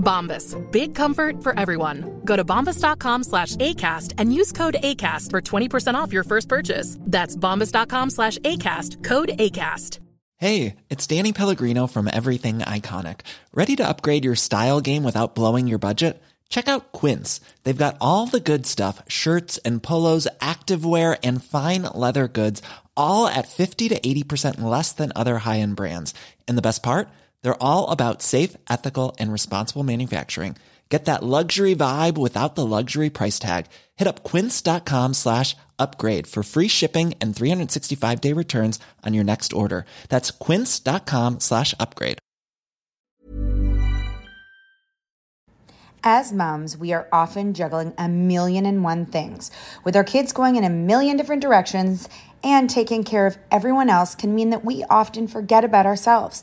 Bombas. Big comfort for everyone. Go to bombas.com slash ACAST and use code ACAST for 20% off your first purchase. That's bombas.com slash ACAST. Code ACAST. Hey, it's Danny Pellegrino from Everything Iconic. Ready to upgrade your style game without blowing your budget? Check out Quince. They've got all the good stuff, shirts and polos, activewear, and fine leather goods, all at 50 to 80% less than other high-end brands. And the best part? They're all about safe, ethical, and responsible manufacturing. Get that luxury vibe without the luxury price tag. Hit up quince.com slash upgrade for free shipping and 365-day returns on your next order. That's quince.com slash upgrade. As moms, we are often juggling a million and one things. With our kids going in a million different directions and taking care of everyone else can mean that we often forget about ourselves.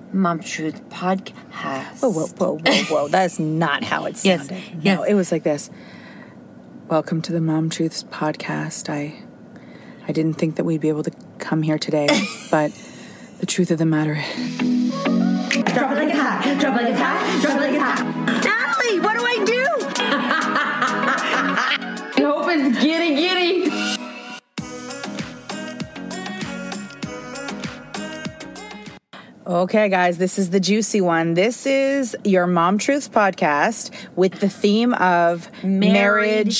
Mom Truth podcast. Whoa, whoa, whoa, whoa, whoa. That's not how it Yes, sounded. No, yes. it was like this. Welcome to the Mom Truths podcast. I I didn't think that we'd be able to come here today, but the truth of the matter is Drop it like it's hot. Drop it like it's hot. Drop it like it's hot. Natalie, what do I do? I hope it's giddy giddy. oh Okay, guys, this is the juicy one. This is your Mom Truths podcast with the theme of marriage,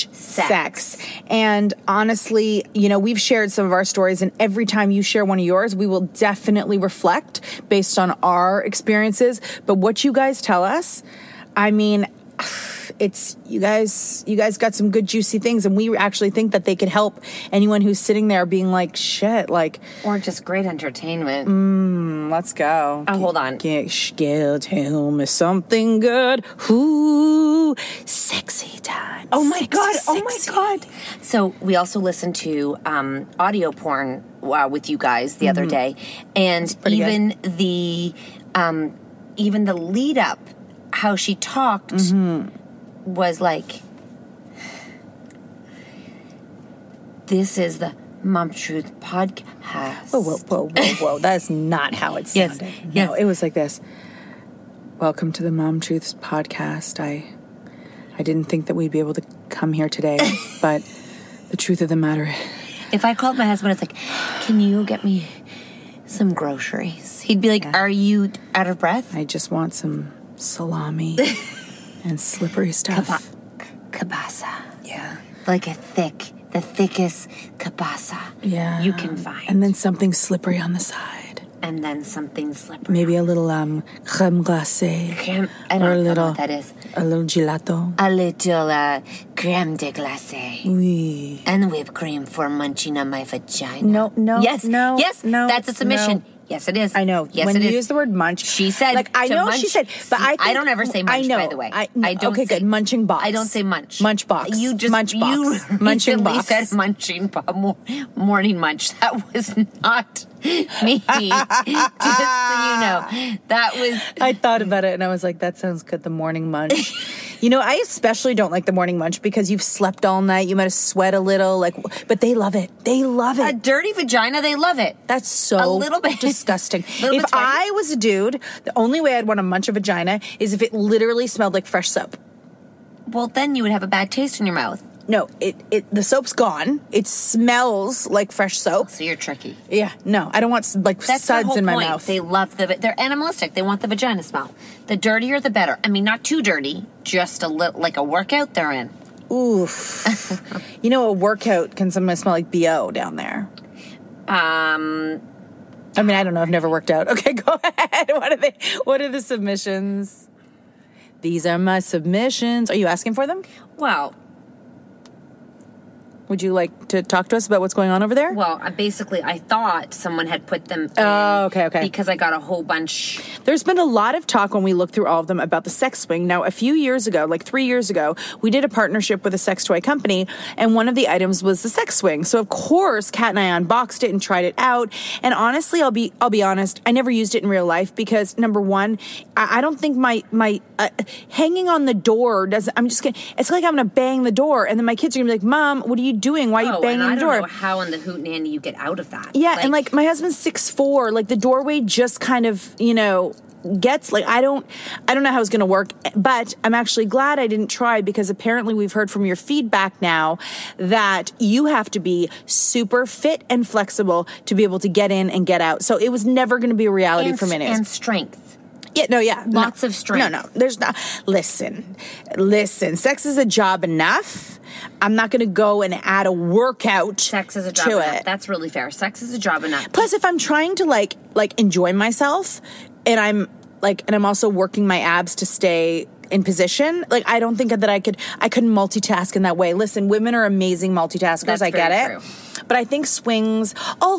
Marriage sex. And honestly, you know, we've shared some of our stories, and every time you share one of yours, we will definitely reflect based on our experiences. But what you guys tell us, I mean, it's you guys you guys got some good juicy things and we actually think that they could help anyone who's sitting there being like shit like Or just great entertainment. Mm, let's go Oh, hold on. Get, sh- get, tell me something good. Ooh, sexy time. Oh my Sexy, god! Oh my sexy. god! So we also listened to um, audio porn uh, with you guys the other day, and even the um, even the lead up, how she talked was like, "This is the Mom Truth podcast." Whoa, whoa, whoa, whoa! That's not how it Yes, sounded. No, yes. it was like this. Welcome to the Mom Truths podcast. I, I didn't think that we'd be able to come here today, but the truth of the matter is. If I called my husband, it's like, "Can you get me some groceries?" He'd be like, "Are you out of breath?" I just want some salami and slippery stuff. Kabasa. Yeah. like a thick, the thickest kibasa Yeah. you can find, And then something slippery on the side. and then something slippery. Maybe a little um crème glacée. Crème- or I a don't know little what that is. A little gelato. a little uh, creme de glace Oui. and whipped cream for munching on my vagina. No, no, yes, no, yes, no, that's a submission. no. Yes, it is. I know. Yes, when it you is. use the word munch, She said, like I to know munch. she said, but See, I, think, don't ever say munch. I know. by the way, I, don't. Okay, say, good. Munching box. I don't say munch. Munch box. You just munch box. You munching recently box. said munching box. Mor- morning munch. That was not me. just so you know, that was I thought about it and I was like, that sounds good. The morning munch. you know, I especially don't like the morning munch because you've slept all night. You might have sweat a little, like, but they love it. They love it. a dirty vagina. They love it. That's so A little bit- disgusting. little if bit sweaty. I was a dude, the only way I'd want to munch a vagina is if it literally smelled like fresh soap. Well, then you would have a bad taste in your mouth. No, it, it the soap's gone. It smells like fresh soap. So you're tricky. Yeah, no, I don't want s- like That's the suds whole in my point. mouth. They love the. They're animalistic. They want the vagina smell. The dirtier, the better. I mean, not too dirty. Just a little, like a workout they're in. Oof. you know, a workout can sometimes smell like bo down there. Um, I mean, I don't know. I've never worked out. Okay, go ahead. What are they? What are the submissions? These are my submissions. Are you asking for them? well, Would you like to talk to us about what's going on over there? well. I basically, I thought someone had put them. In Oh, okay, okay. Because I got a whole bunch. There's been a lot of talk when we looked through all of them about the sex swing. Now, a few years ago, like three years ago, we did a partnership with a sex toy company, and one of the items was the sex swing. So, of course, Kat and I unboxed it and tried it out. And honestly, I'll be I'll be honest, I never used it in real life because number one, I, I don't think my my uh, hanging on the door does. I'm just gonna. It's like I'm gonna bang the door, and then my kids are gonna be like, "Mom, what are you doing? Why are you oh, banging and I the don't door?" know how in the hoot nanny you get out of that. Yeah, and like my husband's six four. Like the doorway just kind of, you know, gets like I don't I don't know how it's gonna work, but I'm actually glad I didn't try because apparently we've heard from your feedback now that you have to be super fit and flexible to be able to get in and get out. So it was never gonna be a reality and, for me. anyways. and strength. Yeah, no, yeah. No. Lots of strength. No, no, there's not. Listen, listen, sex is a job enough. I'm not going to go and add a workout Sex is a job to enough. it. That's really fair. Sex is a job enough. Plus, if I'm trying to like like enjoy myself, and I'm like, and I'm also working my abs to stay in position, like I don't think that I could I couldn't multitask in that way. Listen, women are amazing multitaskers. That's I get very it. true. But I think swings,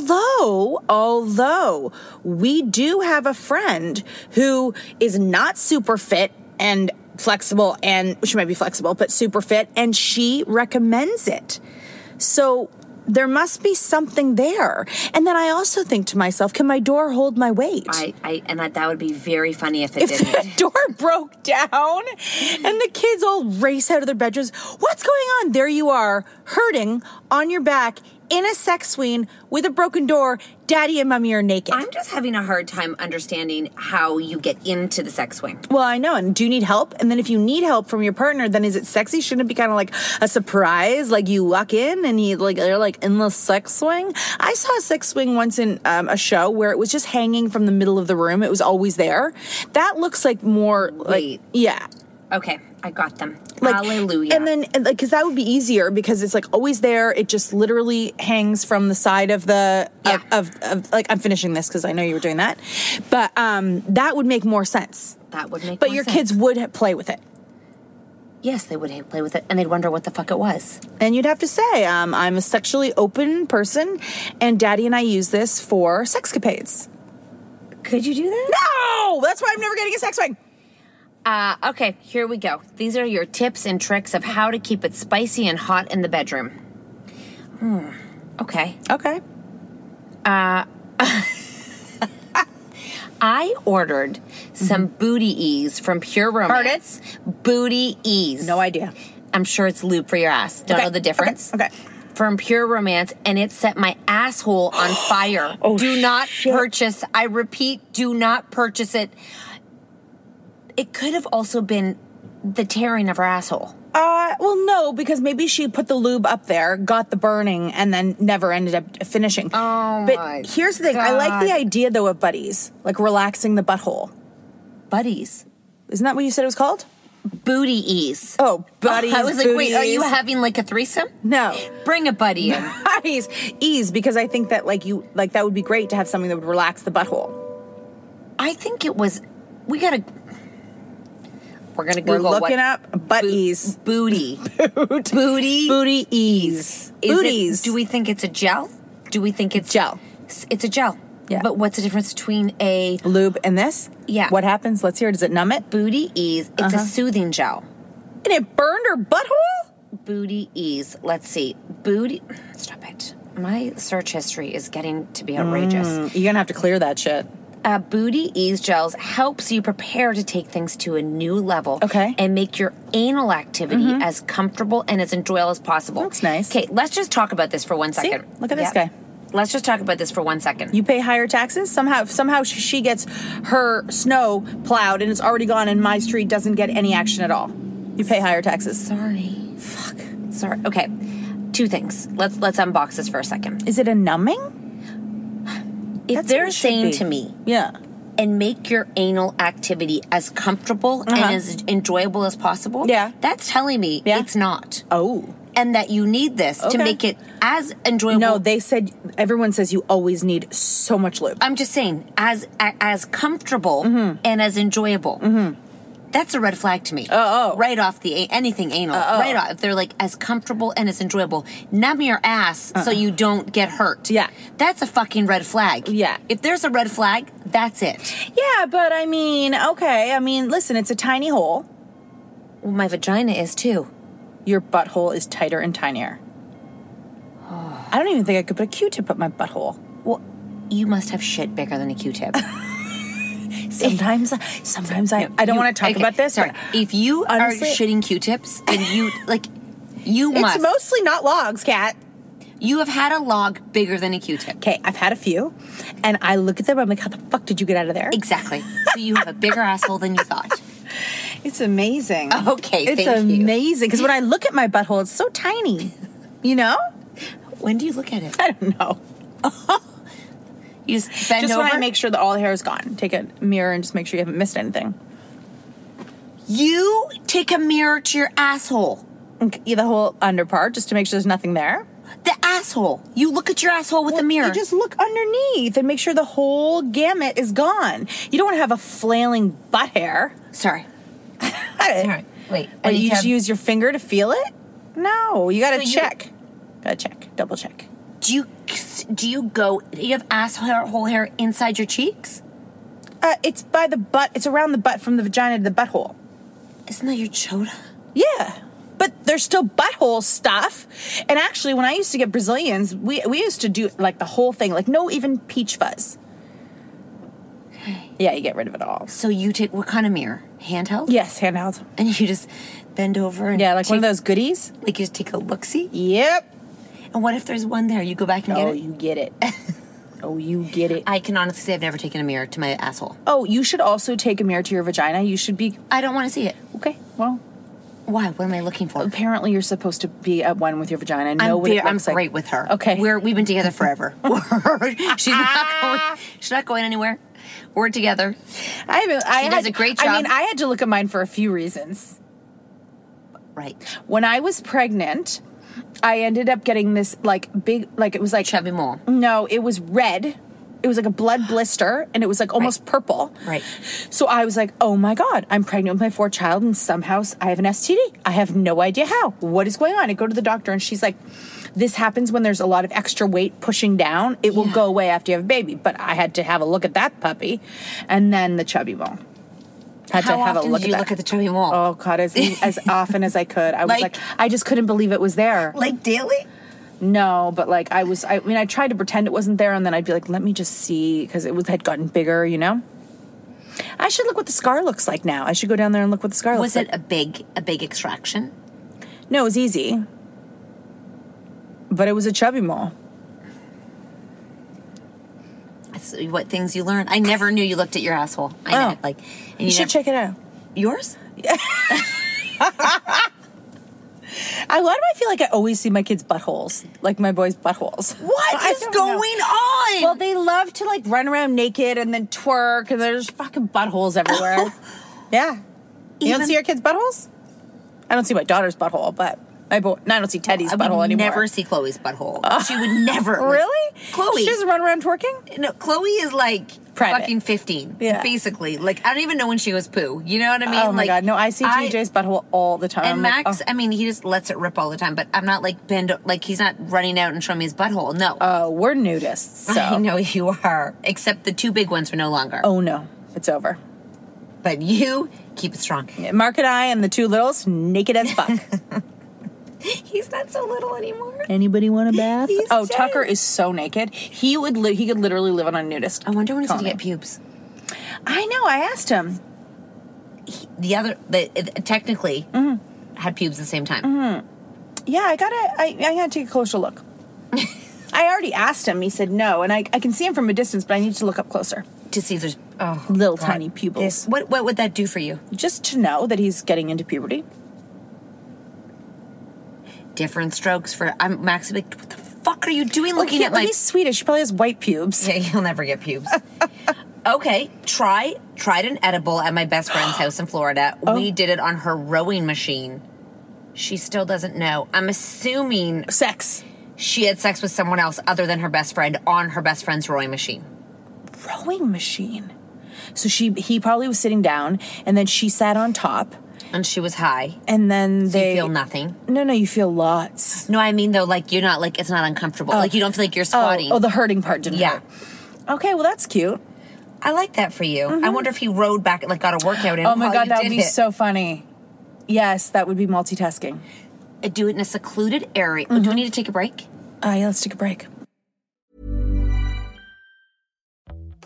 although, although we do have a friend who is not super fit and flexible and she might be flexible, but super fit and she recommends it. So there must be something there. And then I also think to myself, can my door hold my weight? I, I and that, that would be very funny if it if didn't. that door broke down and the kids all race out of their bedrooms, what's going on? There you are, hurting on your back in a sex swing with a broken door. Daddy and mommy are naked. I'm just having a hard time understanding how you get into the sex swing. well, I know. And do you need help? And then if you need help from your partner, then is it sexy? Shouldn't it be kind of like a surprise? Like you walk in and he like they're like in the sex swing. I saw a sex swing once in um, a show where it was just hanging from the middle of the room. It was always there. That looks like more like Wait. yeah. Okay, I got them. Like, Hallelujah. And then, and, like, because that would be easier because it's like always there. It just literally hangs from the side of the Yeah. of, of, of like I'm finishing this because I know you were doing that, but um, that would make more sense. that would make But more your sense. kids would ha- play with it, Yes, they would ha- play with it and they'd wonder what the fuck it was. and you'd have to say, um, "I'm a sexually open person, and Daddy and I use this for sexcapades." Could you do that? No, that's why I'm never getting a sex swing. Uh, okay, here we go. These are your tips and tricks of how to keep it spicy and hot in the bedroom. Hmm. Okay. Okay, I ordered some Mm-hmm. booty ease from Pure Romance. Booty ease. no idea. I'm sure it's lube for your ass. Don't Okay, know the difference. okay, okay. From Pure Romance, and it set my asshole on fire. do not purchase. I repeat, do not purchase it. It could have also been the tearing of her asshole. Uh, well, no, because maybe she put the lube up there, got the burning, and then never ended up finishing. Oh, but my here's the thing: I like the idea though of buddies, like relaxing the butthole. Buddies. Isn't that what you said it was called? Booty ease. Oh, buddies. I was like, wait, are you booties. having like a threesome? No. Bring a buddy in. buddies ease? Because I think that like you like that would be great to have something that would relax the butthole. I think it was. We gotta. We're gonna We're Google what looking up butt ease, booty. Booty. booty ease, Is it- booties. do we think it's a gel? Do we think it's Gel. S- It's a gel. Yeah. But what's the difference between a lube and this? Yeah. What happens? Let's hear. it. Does it numb it? booty ease? It's Uh-huh. a soothing gel. And it burned her butthole. Booty ease. Let's see. Booty. Stop it. My search history is getting to be outrageous. You're gonna have to clear that shit. Uh, Booty Ease Gels helps you prepare to take things to a new level. Okay. Mm-hmm. And make your anal activity as comfortable and as enjoyable as possible. That's nice. Okay, let's just talk about this for one See? second. Look at this Yeah. guy. Let's just talk about this for one second. You pay higher taxes somehow. Somehow sh- she gets her snow plowed and it's already gone, and my street doesn't get any action at all. You pay higher taxes. Sorry. Fuck. Sorry. Okay. Two things. Let's let's unbox this for a second. Is it a numbing? If That's what they're it should saying be. to me, Yeah. and make your anal activity as comfortable and as enjoyable as possible, Uh-huh. Yeah. that's telling me Yeah. it's not. Oh. and that you need this Okay. to make it as enjoyable. No, they said everyone says you always need so much lube. I'm just saying as a- as comfortable Mm-hmm. and as enjoyable. That's a red flag to me. Oh, right off the a- anything anal. Oh, Right off, if they're like as comfortable and as enjoyable, numb your ass so you don't get hurt. Uh-uh. Yeah. that's a fucking red flag. Yeah. if there's a red flag, that's it. yeah, but I mean, okay. I mean, listen, it's a tiny hole. Well, my vagina is too. Your butthole is tighter and tinier. I don't even think I could put a Q-tip up my butthole. Well, you must have shit bigger than a Q-tip. Sometimes, sometimes I, I don't You- want to talk okay, about this. Sorry. but If you honestly- are shitting Q-tips, then you like you it's must. mostly not logs, Kat. you have had a log bigger than a Q-tip. Okay, I've had a few, and I look at them. I'm like, how the fuck did you get out of there? Exactly. So you have a bigger asshole than you thought. It's amazing. Okay, it's thank you. amazing because when I look at my butthole, it's so tiny. You know? When do you look at it? I don't know. You just bend just over. when I make sure that all the hair is gone, take a mirror and just make sure you haven't missed anything. you take a mirror to your asshole. And c- The whole under part, just to make sure there's nothing there. The asshole. You look at your asshole with a mirror. You just look underneath and make sure the whole gamut is gone. You don't want to have a flailing butt hair. Sorry. Sorry. Wait. I Wait, need you to just have- use your finger to feel it? No, you gotta So you- check. gotta check. Double check. Do you do you go? Do you have asshole hair inside your cheeks? Uh, it's by the butt. It's around the butt from the vagina to the butthole. Isn't that your chota? Yeah. But there's still butthole stuff. And actually, when I used to get Brazilians, we, we used to do like the whole thing, like no even peach fuzz. Yeah, you get rid of it all. So you take what kind of mirror? Handheld. Yes, handheld. And you just bend over and Yeah, like one of take- those goodies. Like you just take a look see. Yep. And what if there's one there? You go back and oh, get it. you get it. oh, you get it. I can honestly say I've never taken a mirror to my asshole. oh, you should also take a mirror to your vagina. You should be I don't want to see it. okay. Well, Why? What am I looking for? apparently you're supposed to be at one with your vagina. and I'm, Know what it ve- I'm looks like. great with her. Okay. we're we've been together forever. she's not going. She's not going anywhere. We're together. I haven't. I She had, does a great I mean, job. I had to look at mine for a few reasons. Right. When I was pregnant, I ended up getting this like big, like it was like Chubby mole. No, it was red. It was like a blood blister, and it was like almost purple. Right. So I was like, oh my God, I'm pregnant with my fourth child, and somehow s- I have an STD. I have no idea how. What is going on? I go to the doctor, and she's like, this happens when there's a lot of extra weight pushing down. It will Yeah. go away after you have a baby. But I had to have a look at that puppy, and then the chubby mole. Had How to have often a look at did you that. look at the chubby mole? Oh God, as as often as I could. I was Like- like, I just couldn't believe it was there. Like daily? No, but like I was, I mean, I tried to pretend it wasn't there, and then I'd be like, let me just see, because it was had gotten bigger, you know. I should look what the scar looks like now. I should go down there and look what the scar Was looks it a big a big extraction? like. No, it was easy, but it was a chubby mole. That's what things you learn. I never knew you looked at your asshole. I Oh. know. Like and You, should never- check it out. yours. I, why do I feel like I always see my kids' buttholes, like my boys' buttholes? What I is don't know. going on? Well, they love to like run around naked and then twerk, and there's fucking buttholes everywhere. yeah, you don't Even- see your kids' buttholes. I don't see my daughter's butthole, but my boy. No, I don't see Teddy's I butthole would anymore. Oh. never see Chloe's butthole. she would never. Really, Chloe. She doesn't run around twerking. No, Chloe is like Private. fucking 15. Yeah. Basically. Like, I don't even know when she goes poo. You know what I mean? oh my like, god, no! I see TJ's butthole all the time. And I'm like, Max, oh. I mean, he just lets it rip all the time, but I'm not like bend, like, he's not running out and showing me his butthole. No. Oh, we're nudists. So. I know you are. Except the two big ones are no longer. Oh no, it's over. But you keep it strong. Mark and I and the two littles naked as fuck. He's not so little anymore. Anybody want a bath? He's oh, giant. Tucker is so naked. He would li- he could literally live on a nudist. I wonder when he's going to colony. get pubes. I know. I asked him. The other, the, it- technically, Mm-hmm. had pubes at the same time. Yeah, I gotta. I, I gotta take a closer look. I already asked him. He said no, and I, I can see him from a distance, but I need to look up closer, To see if there's, oh. Little God. tiny pupils. This- What, what would that do for you? just to know that he's getting into puberty. different strokes for I'm Max would be like, what the fuck are you doing Well, looking he- at my he's Swedish. He probably has white pubes. Yeah, you'll never get pubes. okay, try tried an edible at my best friend's house in Florida. Oh. We did it on her rowing machine. She still doesn't know. I'm assuming Sex. she had sex with someone else other than her best friend on her best friend's rowing machine. Rowing machine. So she he probably was sitting down, and then she sat on top, And she was high. and then So they you feel nothing. No, no, you feel lots. No, I mean though, like you're not like it's not uncomfortable. Oh, Like you don't feel like you're squatting. Oh, oh, the hurting part didn't Yeah. hurt. Okay, well that's cute. I like that for you. I wonder if he rode back, like got a workout in. Mm-hmm. Oh my while god, you that would be did it. so funny. Yes, that would be multitasking. Uh, do it in a secluded area. Oh, Do Mm-hmm. we need to take a break? Uh, yeah, let's take a break.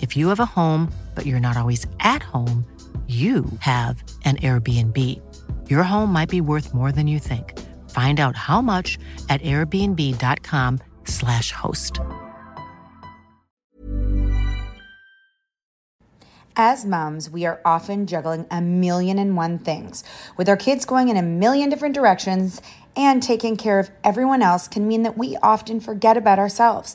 If you have a home, but you're not always at home, you have an Airbnb. Your home might be worth more than you think. Find out how much at airbnb.com/slash host. As moms, we are often juggling a million and one things. With our kids going in a million different directions and taking care of everyone else can mean that we often forget about ourselves.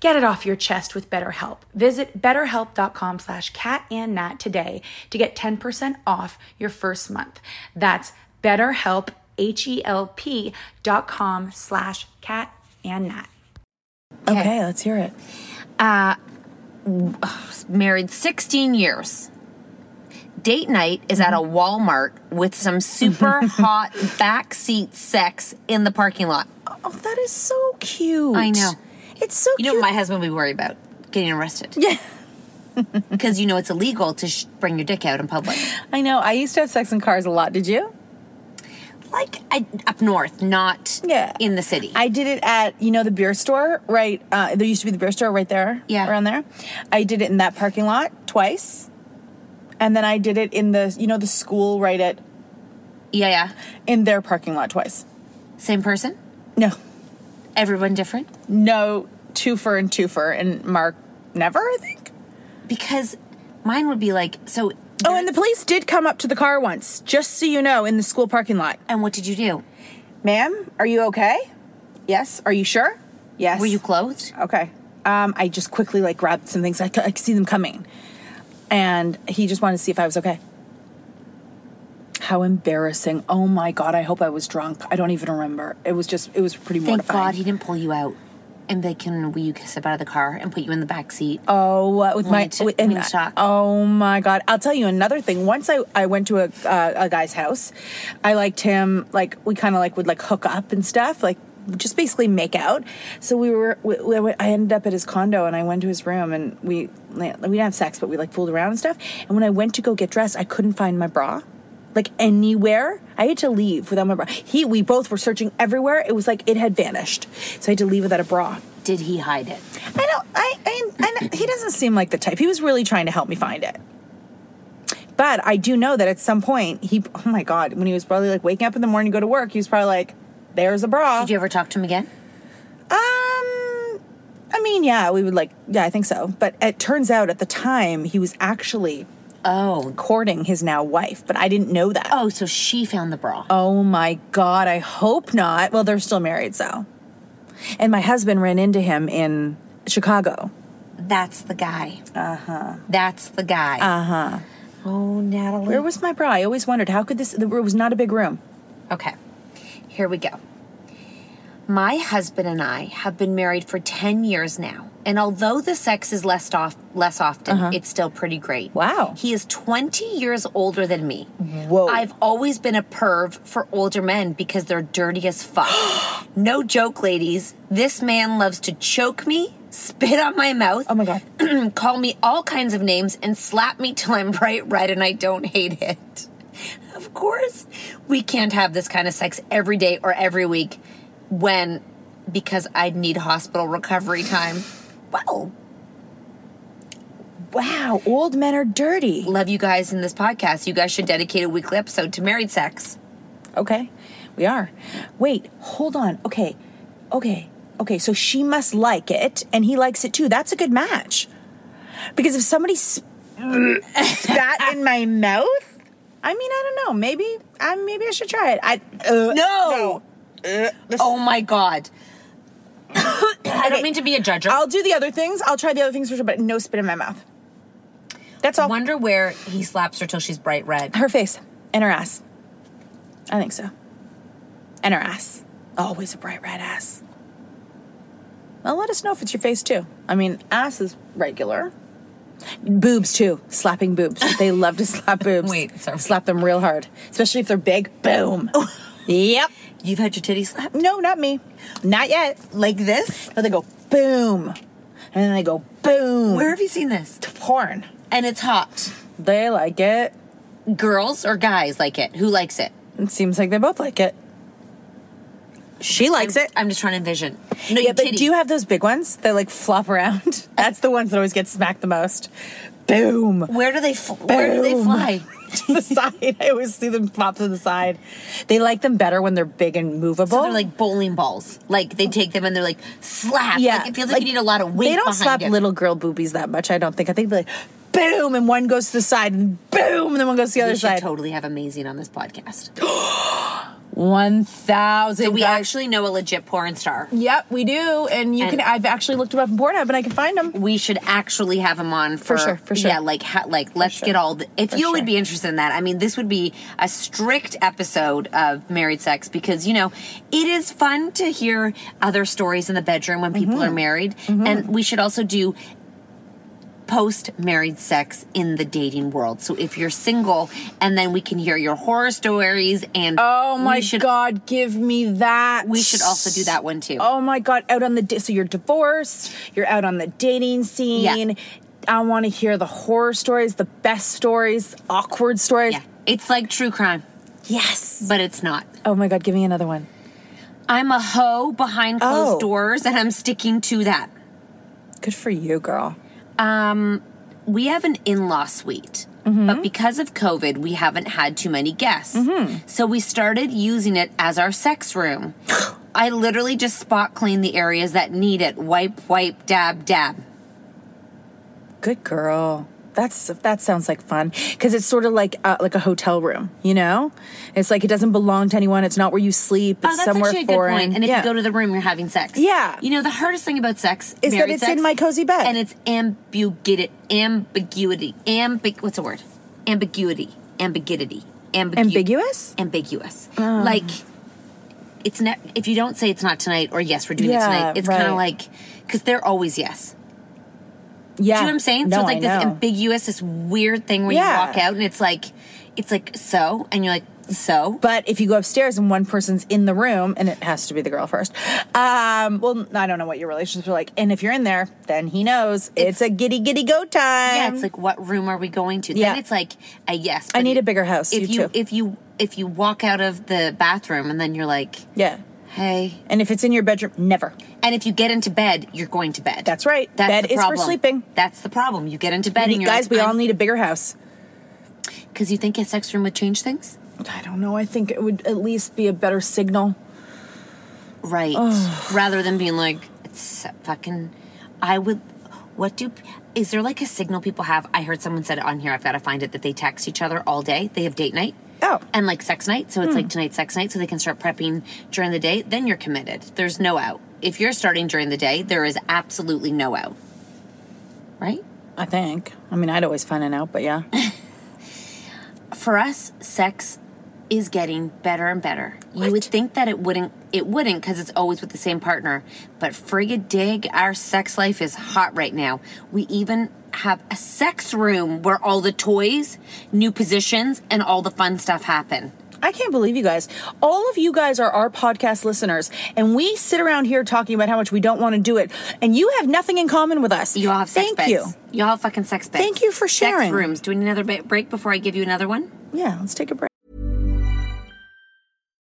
Get it off your chest with BetterHelp. Visit betterhelp.com slash cat and nat today to get 10% off your first month. That's betterhelp, H-E-L-P dot com slash cat and nat. Okay, let's hear it. Uh, married 16 years. Date night is at a Mm-hmm. Walmart with some super hot backseat sex in the parking lot. Oh, that is so cute. I know. It's so You know what my husband would worry about? Getting arrested. Yeah. Because you know it's illegal to sh- bring your dick out in public. I know. I used to have sex in cars a lot. Did you? Like I, up north, not yeah. in the city. I did it at you know the beer store right. Uh, there used to be the beer store right there. Yeah, around there. I did it in that parking lot twice, and then I did it in the you know the school right at. Yeah, yeah. In their parking lot twice. Same person? No. Everyone different? No, twofer and twofer and Mark never. I think because mine would be like so. Oh, and the police did come up to the car once, just so you know, in the school parking lot. And what did you do? Ma'am, are you okay? Yes. Are you sure? Yes. Were you clothed? Okay. Um, I just quickly like grabbed some things. I could, I could see them coming, and he just wanted to see if I was okay. How embarrassing! Oh my god! I hope I was drunk. I don't even remember. It was just. It was pretty Thank mortifying. God he didn't pull you out. And they can we you step out of the car and put you in the back seat. Oh, uh, with When my you took- with- and when you I- shocked. Oh my god! I'll tell you another thing. Once I I went to a uh, a guy's house, I liked him. Like we kind of like would like hook up and stuff. Like just basically make out. So we were, we, we- I ended up at his condo and I went to his room and we, we didn't have sex, but we like fooled around and stuff. And when I went to go get dressed, I couldn't find my bra. Like anywhere, I had to leave without my bra. He, we both were searching everywhere. It was like it had vanished, so I had to leave without a bra. Did he hide it? I know. I, I, I know, he doesn't seem like the type. He was really trying to help me find it. But I do know that at some point he. Oh my god! When he was probably like waking up in the morning to go to work, he was probably like, "There's a bra." Did you ever talk to him again? Um, I mean, yeah, we would like. Yeah, I think so. But it turns out at the time he was actually. Oh, courting his now wife, but I didn't know that. Oh, so she found the bra. Oh my god, I hope not. Well, they're still married, so. And my husband ran into him in Chicago. That's the guy. Uh huh. That's the guy. Uh huh. Uh-huh. Oh, Natalie. Where was my bra? I always wondered how could this. The room was not a big room. Okay, here we go. My husband and I have been married for 10 years now. And although the sex is less off less often, Uh-huh. it's still pretty great. Wow. He is 20 years older than me. Whoa. I've always been a perv for older men because they're dirty as fuck. no joke, ladies. This man loves to choke me, spit on my mouth. Oh my god. call me all kinds of names and slap me till I'm bright red and I don't hate it. Of course, we can't have this kind of sex every day or every week when because I'd need hospital recovery time. Wow. Wow, old men are dirty. Love you guys in this podcast. You guys should dedicate a weekly episode to married sex. Okay, we are. Wait, hold on. Okay, okay, okay. So she must like it, and he likes it too. That's a good match. Because if somebody sp- spat in my mouth, I mean, I don't know. Maybe, I maybe I should try it. I uh, no. oh my god. I don't mean to be a judge. I'll do the other things. I'll try the other things for sure, but no spit in my mouth. That's all. Wonder where he slaps her till she's bright red. Her face and her ass. I think so. And her ass. Always a bright red ass. Well, let us know if it's your face too. I mean, ass is regular. Boobs too. Slapping boobs. They love to slap boobs. Wait, sorry. Slap them real hard, especially if they're big. Boom. yep. You've had your titties slapped? No, not me. Not yet. Like this? No, they go boom, and then they go boom. Where have you seen this? Porn. And it's hot. They like it. Girls or guys like it? Who likes it? It seems like they both like it. She likes it. I'm just trying to envision. yeah, No, you but titties. do you have those big ones that like flop around? That's the ones that always get smacked the most. Boom. Where do they fl- where do they Boom. fly? to the side. I always see them flop to the side. They like them better when they're big and movable. So they're like bowling balls. Like they take them and they're like slap. yeah, Like it feels like, you need a lot of weight. They don't behind slap it. little girl boobies that much. I don't think. I think they like boom, and one goes to the side, and boom, and then one goes to the We other should side. Totally have amazing on this podcast. One thousand. so we guys. actually know a legit porn star. Yep, we do, and you And- can. I've actually looked them up in Pornhub, and I can find them. We should actually have him on for, For sure, for sure. Yeah, like ha- like let's get all. The, if you would be interested in that, I mean, this would be a strict episode of married sex because you know it is fun to hear other stories in the bedroom when people Mm-hmm. are married, and we should also do post married sex in the dating world. So if you're single, and then we can hear your horror stories and Oh we my should- god, give me that. we should also do that one too. Oh my god, out on the da- so you're divorced, you're out on the dating scene. Yeah. I want to hear the horror stories, the best stories, awkward stories. Yeah, it's like true crime, Yes. but it's not. Oh my god, give me another one. I'm a hoe behind closed Oh. doors, and I'm sticking to that. Good for you, girl. Um, we have an in-law suite, but because of COVID, we haven't had too many guests. So we started using it as our sex room. I literally just spot clean the areas that need it. Wipe, wipe, dab, dab. Good girl. That's that sounds like fun because it's sort of like uh, like a hotel room, you know. It's like it doesn't belong to anyone. It's not where you sleep. It's oh, that's somewhere actually a good foreign. point. And if yeah. you go to the room, you're having sex. Yeah. You know, the hardest thing about sex Is that married it's sex, in my cozy bed. and it's ambiguity, ambiguity, ambig. What's the word? Ambiguity, ambiguity, ambigu- ambiguous, Ah. ambiguous. Like it's not if you don't say it's not tonight or yes we're doing Yeah, it tonight. It's kind right. of like because they're always yes. yeah. Do you know what I'm saying? No, so it's like I this know. ambiguous, this weird thing where Yeah. you walk out and it's like it's like so, and you're like So, but if you go upstairs and one person's in the room, and it has to be the girl first. Um, well, I don't know what your relationships are like, and if you're in there, then he knows it's, a giddy giddy go time. Yeah, it's like what room are we going to? Yeah. Then it's like a yes. I but need it- a bigger house. you If you too. if you if you walk out of the bathroom and then you're like, yeah, hey, and if it's in your bedroom, never. And if you get into bed, you're going to bed. That's right. That's Bed the is for problem. sleeping. That's the problem. You get into bed and you're guys, like, we all need a bigger house. Because you think a sex room would change things, I don't know. I think it would at least be a better signal. right? Ugh. Rather than being like, it's fucking. I would. What do? Is there like a signal people have? I heard someone said it on here. I've got to find it that they text each other all day. They have date night. Oh. And like sex night, so it's Hmm. like tonight's sex night, so they can start prepping during the day. Then you're committed. There's no out. If you're starting during the day, there is absolutely no out. Right? I think. I mean, I'd always find it out, but yeah. for us sex is getting better and better you would think that it wouldn't it wouldn't because it's always with the same partner but frigga dig our sex life is hot right now we even have a sex room where all the toys new positions and all the fun stuff happen I can't believe you guys. All of you guys are our podcast listeners, and we sit around here talking about how much we don't want to do it, and you have nothing in common with us. You all have Thank beds. you. you all fucking sex beds. Thank you for sharing. sex rooms do we need another ba- break before i give you another one Yeah, let's take a break.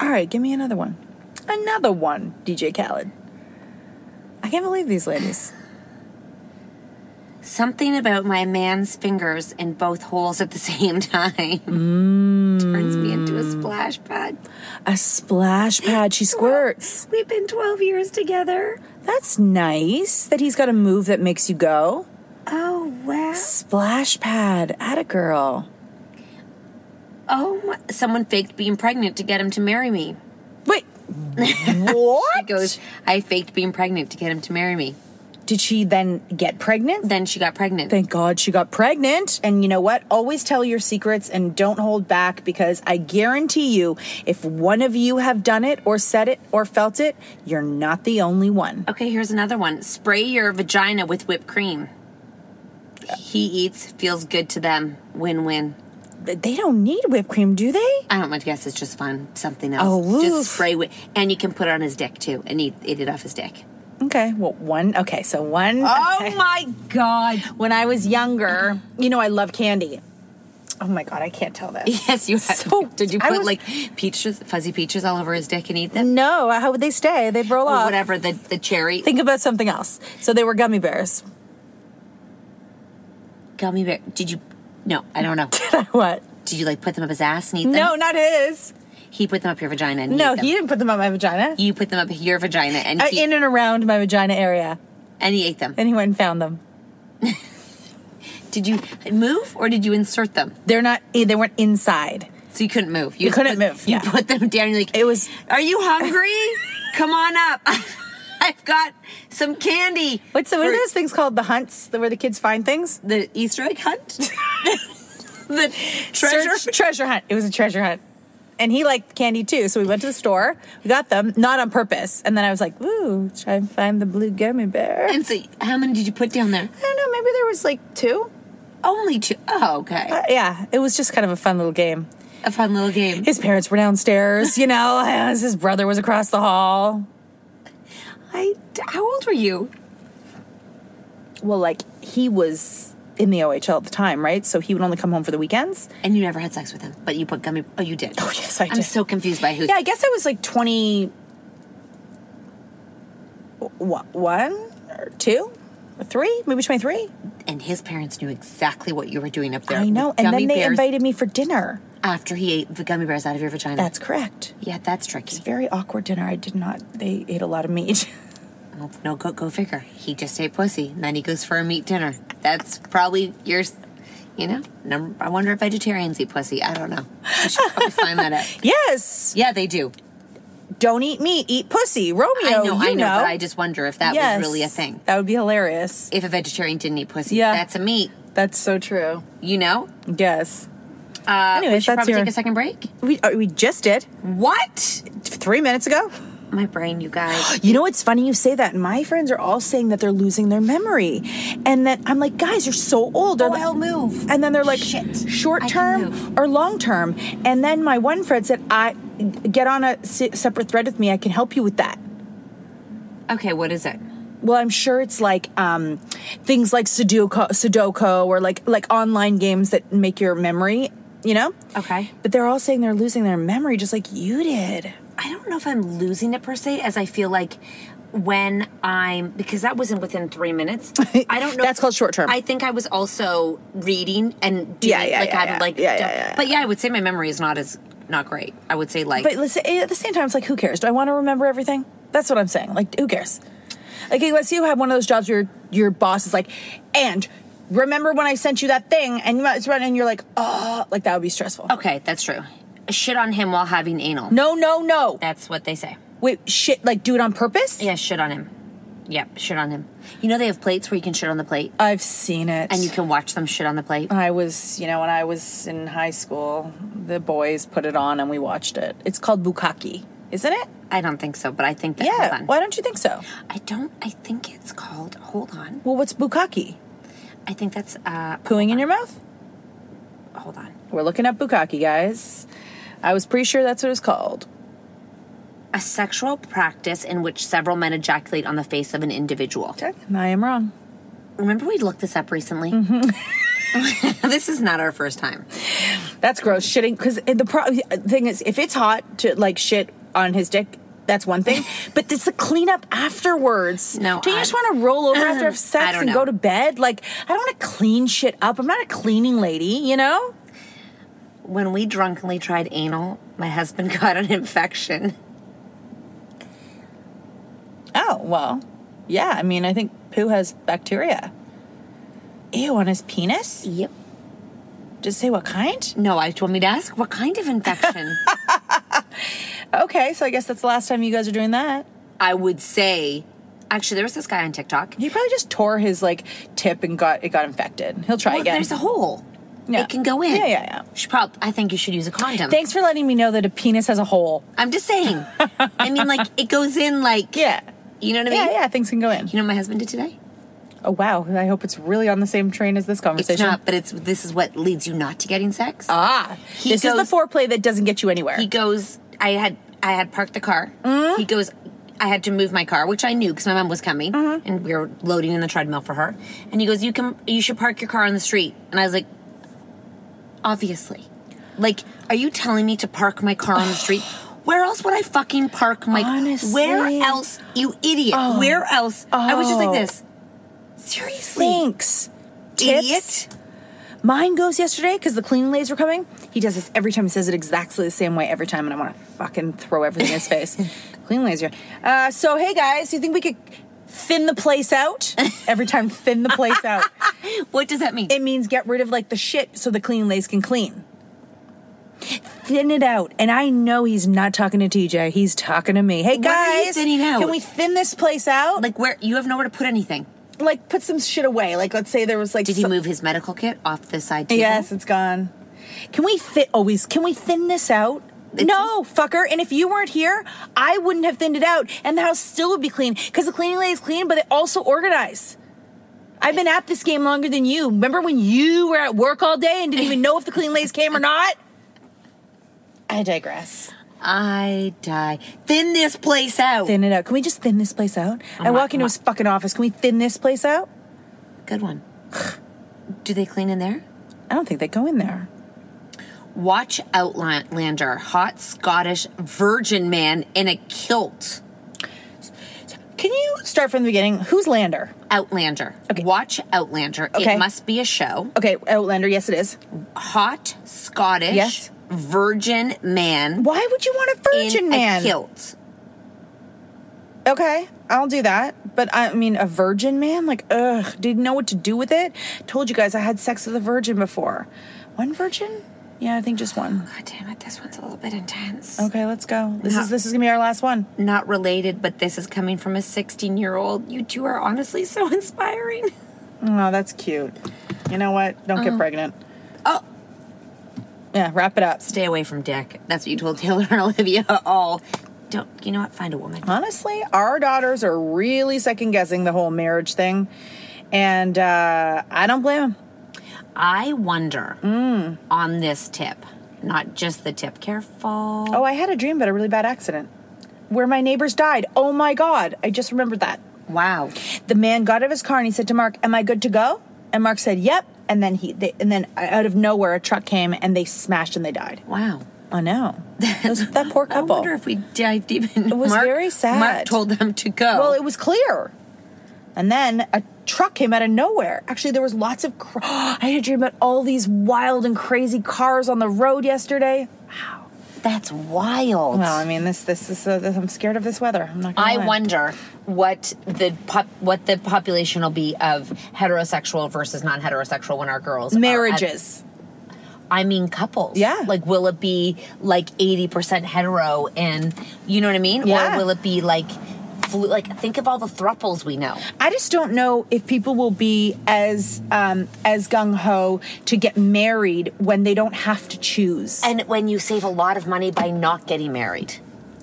All right, give me another one. Another one, DJ Khaled. I can't believe these ladies. something about my man's fingers in both holes at the same time Mm. turns me into a splash pad A splash pad. She squirts. We've been 12 years together. That's nice that he's got a move that makes you go. Oh, wow. Splash pad. At a girl. Oh, my, someone faked being pregnant to get him to marry me. Wait, what? she goes, I faked being pregnant to get him to marry me. Did she then get pregnant? Then she got pregnant. Thank God she got pregnant. And you know what? Always tell your secrets and don't hold back because I guarantee you, if one of you have done it or said it or felt it, you're not the only one. Uh, Okay, here's another one. Spray your vagina with whipped cream. He eats, feels good to them. Win win. They don't need whipped cream, do they? I don't know. I guess it's just fun. Something else. Oh, oof. just spray with, and you can put it on his dick too, and eat, eat it off his dick. Okay, well, one. Okay, so one. Oh my God. When I was younger, you know, I love candy. Oh my God, I can't tell this. Yes, you had. did you I put was- like peaches, fuzzy peaches, all over his dick and eat them? No, how would they stay? They roll Or off. Oh, whatever the the cherry Think about something else. So they were gummy bears. gummy bear. Did you? No, I don't know. what? Did you like put them up his ass and eat them? No, not his. He put them up your vagina. And No, ate them. he didn't put them on my vagina. You put them up your vagina and Uh, he, in and around my vagina area. and he ate them. And he went and found them. Did you move or did you insert them? They're not. eh, They weren't inside. So you couldn't move. You just couldn't put- move, You yeah. put them down. You're like, it was. Are you hungry? Come on up. I I've got some candy. What's the, what are those things called? The hunts, the, where the kids find things? The Easter egg hunt? the treasure treasure hunt. It was a treasure hunt. And he liked candy too, so we went to the store. We got them, not on purpose. And then I was like, "Ooh, try and find the blue gummy bear." And so, how many did you put down there? I don't know. Maybe there was like two. Only two. Oh, okay. Uh, yeah, it was just kind of a fun little game. A fun little game. His parents were downstairs, you know. as his brother was across the hall. I. How old were you? Well, like he was in the OHL at the time, right? So he would only come home for the weekends. And you never had sex with him, but you put gummy. Oh, you did. Oh yes, I did. I'm so confused by who. Yeah, I guess I was like twenty. What one or two or three? Maybe twenty three. And his parents knew exactly what you were doing up there. I know, with and gummy then they bears invited me for dinner. after he ate the gummy bears out of your vagina. That's correct. Yeah, that's tricky. It's a very awkward dinner. I did not. They ate a lot of meat. Well, no, go go figure. He just ate pussy, and then he goes for a meat dinner. That's probably your, s- you know. Number, I wonder if vegetarians eat pussy. I don't know. I should probably find that out. yes. Yeah, they do. Don't eat meat. Eat pussy. Romeo. I know, you I know, but I just wonder if that Yes. was really a thing. That would be hilarious. If a vegetarian didn't eat pussy, Yeah. that's a meat. That's so true. You know. Yes. Uh, Anyways, we should that's probably your- take a second break. We uh, we just did What? three minutes ago. My brain, you guys. You know what's funny? You say that. My friends are all saying that they're losing their memory, and that I'm like, guys, you're so old. They're Oh, like- I'll move. And then they're like, Shit. short I can term move. or long term. And then my one friend said, I get on a se- separate thread with me. I can help you with that. Okay, what is it? Well, I'm sure it's like um, things like Sudoku, Sudoku, or like like online games that make your memory. You know. Okay. But they're all saying they're losing their memory, just like you did. I don't know if I'm losing it per se, as I feel like when I'm because that wasn't within three minutes. I don't know. That's called short term. I think I was also reading and doing Yeah, yeah, like yeah, I would yeah. like Yeah, yeah, don't- yeah, yeah. But yeah, I would say my memory is not as not great. I would say like But listen, at the same time, it's like, who cares? Do I want to remember everything? That's what I'm saying. Like, who cares? Like, unless you have one of those jobs where your, your boss is like, and remember when I sent you that thing, and you might run and you're like, oh, like that would be stressful. okay, that's true. Shit on him while having anal. No, no, no. That's what they say. Wait, shit, like do it on purpose? Yeah, shit on him. Yep, shit on him. You know they have plates where you can shit on the plate I've seen it. and you can watch them shit on the plate. I was, you know, when I was in high school, the boys put it on and we watched it. It's called Bukaki, isn't it? I don't think so, but I think that hold Yeah. on. Why don't you think so? I don't I think it's called hold on. Well, what's Bukaki? I think that's uh Pooing in your mouth? hold on. We're looking up Bukaki, guys. I was pretty sure that's what it's called. a sexual practice in which several men ejaculate on the face of an individual. I am wrong. Remember, we looked this up recently? Mm-hmm. this is not our first time. That's gross. Shitting because the pro- thing is, if it's hot to like shit on his dick, that's one thing. but it's the cleanup afterwards. No, do you I- just want to roll over after have I sex don't and know. go to bed? Like, I don't want to clean shit up. I'm not a cleaning lady, you know. When we drunkenly tried anal, my husband got an infection. Oh well, yeah. I mean, I think poo has bacteria. Ew, on his penis. Yep. Just say what kind? No, I told me to ask what kind of infection. Okay, so I guess that's the last time you guys are doing that. I would say, actually, there was this guy on TikTok. He probably just tore his like tip and got it got infected. He'll try Well, again. Oh, there's a hole. Yeah. It can go in. Yeah, yeah, yeah. Should prob- I think you should use a condom. Thanks for letting me know that a penis has a hole. I'm just saying. I mean, like it goes in, like Yeah. you know what I mean. Yeah, yeah, things can go in. You know what my husband did today? Oh wow, I hope it's really on the same train as this conversation. It's not, but it's this is what leads you not to getting sex. ah, He this is goes- the foreplay that doesn't get you anywhere. He goes. I had I had parked the car. Mm-hmm. He goes. I had to move my car, which I knew because my mom was coming, Mm-hmm. and we were loading in the treadmill for her. And he goes, "You can. You should park your car on the street." And I was like, "Obviously, like, are you telling me to park my car on the street?" Where else would I fucking park my? Honestly. Oh. Where else, you idiot? Where else? I was just like this. Seriously, Thanks. idiot. Mine goes yesterday because the cleaning ladies were coming. He does this every time. He says it exactly the same way every time, and I want to fucking throw everything in his face. cleaning ladies are. Uh, so hey guys, you think we could thin the place out every time? Thin the place out. What does that mean? It means get rid of like the shit so the cleaning ladies can clean. thin it out. And I know he's not talking to TJ. He's talking to me. Hey What are you guys, thinning out? can we thin this place out? Like where you have nowhere to put anything. Like put some shit away. Like let's say there was like. Did he some- move his medical kit off the side table? Yes, it's gone. Can we fit always? Can we thin this out? no, fucker. And if you weren't here, I wouldn't have thinned it out, and the house still would be clean because the cleaning lady is clean, but they also organize. I've been at this game longer than you. Remember when you were at work all day and didn't even know if the cleaning ladies came or not? I digress. I die. Thin this place out. Thin it out. Can we just thin this place out? I walk into his fucking office. Can we thin this place out? Good one. Do they clean in there? I don't think they go in there. Watch Outlander, hot Scottish virgin man in a kilt. Can you start from the beginning? Who's Lander? Outlander. Okay. Watch Outlander. Okay. It must be a show. Okay, Outlander. Yes, it is. Hot Scottish Yes. virgin man. Why would you want a virgin in man? A kilt. Okay, I'll do that. But I mean, a virgin man? Like, ugh, didn't know what to do with it. Told you guys I had sex with a virgin before. One virgin? Yeah, I think just one. God damn it, this one's a little bit intense. Okay, let's go. This is this is gonna be our last one. Not related, but this is coming from a 16 year old. You two are honestly so inspiring. Oh, that's cute. You know what? Don't get Oh. pregnant. Oh. Yeah, wrap it up. Stay away from Dick. That's what you told Taylor and Olivia all. Don't, you know what? Find a woman. Honestly, our daughters are really second guessing the whole marriage thing, and uh, I don't blame them. I wonder Mm. on this tip, not just the tip. Careful. Oh, I had a dream about a really bad accident where my neighbors died. Oh my God. I just remembered that. Wow. The man got out of his car and he said to Mark, Am I good to go? And Mark said, Yep. And then he, they, and then out of nowhere, a truck came and they smashed and they died. Wow. I know. Those- that poor couple. I wonder if we dive deep in. It was Mark- very sad. Mark told them to go. Well, it was clear. And then a truck came out of nowhere. Actually, there was lots of. Cr- I had a dream about all these wild and crazy cars on the road yesterday. That's wild. Well, I mean, this this is. Uh, I'm scared of this weather. I'm not. Gonna I lie. wonder what the pop, what the population will be of heterosexual versus non-heterosexual when our girls are at- Marriages. I mean couples. Yeah. Like will it be like 80% hetero and you know what I mean? Yeah. Or will it be like flu- like think of all the thruples we know. I just don't know if people will be as um, as gung ho to get married when they don't have to choose. And when you save a lot of money by not getting married.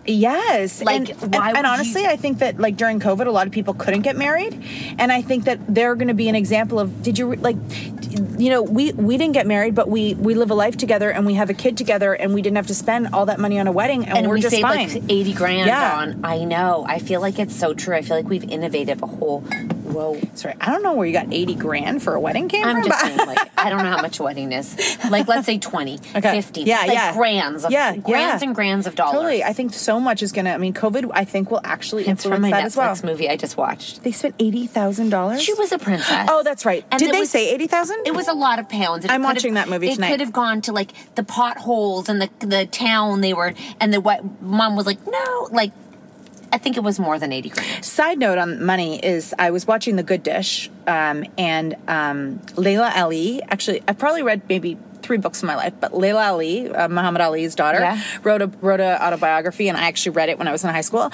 Yes, and, Like, why and, and would honestly, I think that like during COVID, a lot of people couldn't get married, and I think that they're going to be an example of did you re- like, d- you know, we we didn't get married, but we we live a life together and we have a kid together, and we didn't have to spend all that money on a wedding, and, we're we just save fine. like 80 grand Yeah. on I know. I feel like it's so true. I feel like we've innovated a whole whoa. Sorry, I don't know where you got 80 grand for a wedding came I'm from. just but- saying, like, I don't know how much a wedding is. Like, let's say 20, 50. Yeah, like yeah. Grands. Of, yeah, Grands yeah. and grands of dollars. Totally. I think so much is going to, I mean, COVID, I think, will actually It's influence from my that Netflix as well. movie I just watched. They spent $80,000? She was a princess. Oh, that's right. And Did it they was- say 80,000 It was a lot of pounds. and it I'm could have- watching that movie tonight. It could have gone to like the potholes and the the town they were, and the what mom was like, no, like I think it was more than eighty grand. Side note on money is I was watching The Good Dish, um, and um, Layla Ali. Actually, I've probably read maybe three books in my life, but Layla Ali, uh, Muhammad Ali's daughter, Yeah. wrote a wrote a autobiography, and I actually read it when I was in high school.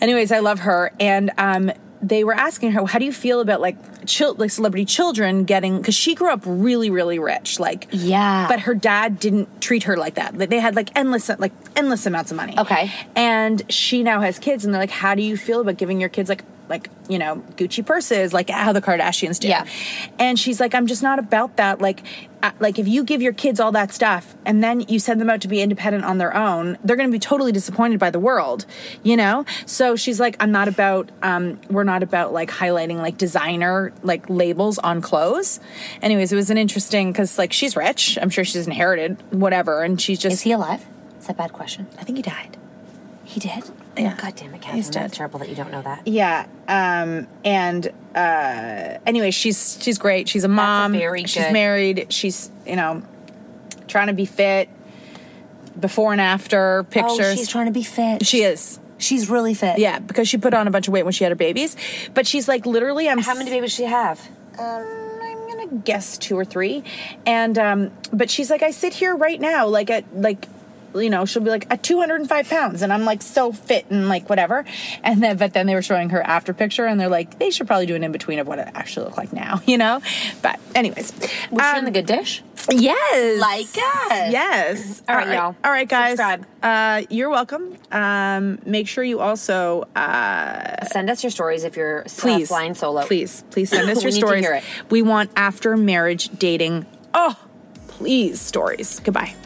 Anyways, I love her, and um, they were asking her, "How do you feel about like chil- like celebrity children getting?" Because she grew up really, really rich, like Yeah. but her dad didn't treat her like that. Like, They had like endless like endless amounts of money. Okay. And she now has kids and they're like, How do you feel about giving your kids like like, you know, Gucci purses, like how the Kardashians do? Yeah. And she's like, I'm just not about that. Like uh, like if you give your kids all that stuff and then you send them out to be independent on their own, they're going to be totally disappointed by the world, you know? So she's like, I'm not about, um, we're not about like highlighting like designer like labels on clothes. Anyways, it was an interesting because like she's rich. I'm sure she's inherited whatever, and she's just. Is he alive? It's a bad question. I think he died. He did. Oh, Yeah. God damn it, Catherine. He's That's terrible that you don't know that. Yeah. Um, and uh, anyway, she's she's great. She's a mom. very she's good- married. She's you know trying to be fit. Before and after pictures. Oh, she's trying to be fit. She is. She's really fit. Yeah, because she put on a bunch of weight when she had her babies. But she's like, literally, I'm. How many babies she have? Um, I'm gonna gonna guess two or three. And um, but she's like, I sit here right now, like at like you know, she'll be like at 205 pounds, and I'm like so fit and like whatever. And then, but then they were showing her after picture, and they're like, they should probably do an in between of what it actually looked like now, you know. But anyways, Uh, was she in Um, the good dish? Yes, Like us. Yes. All right, y'all. All right, guys. Subscribe. Uh, you're welcome. Um, make sure you also uh, send us your stories if you're uh, please flying solo. Please, please send us We your need to stories. hear it. We want after marriage dating. Oh, please stories. Goodbye.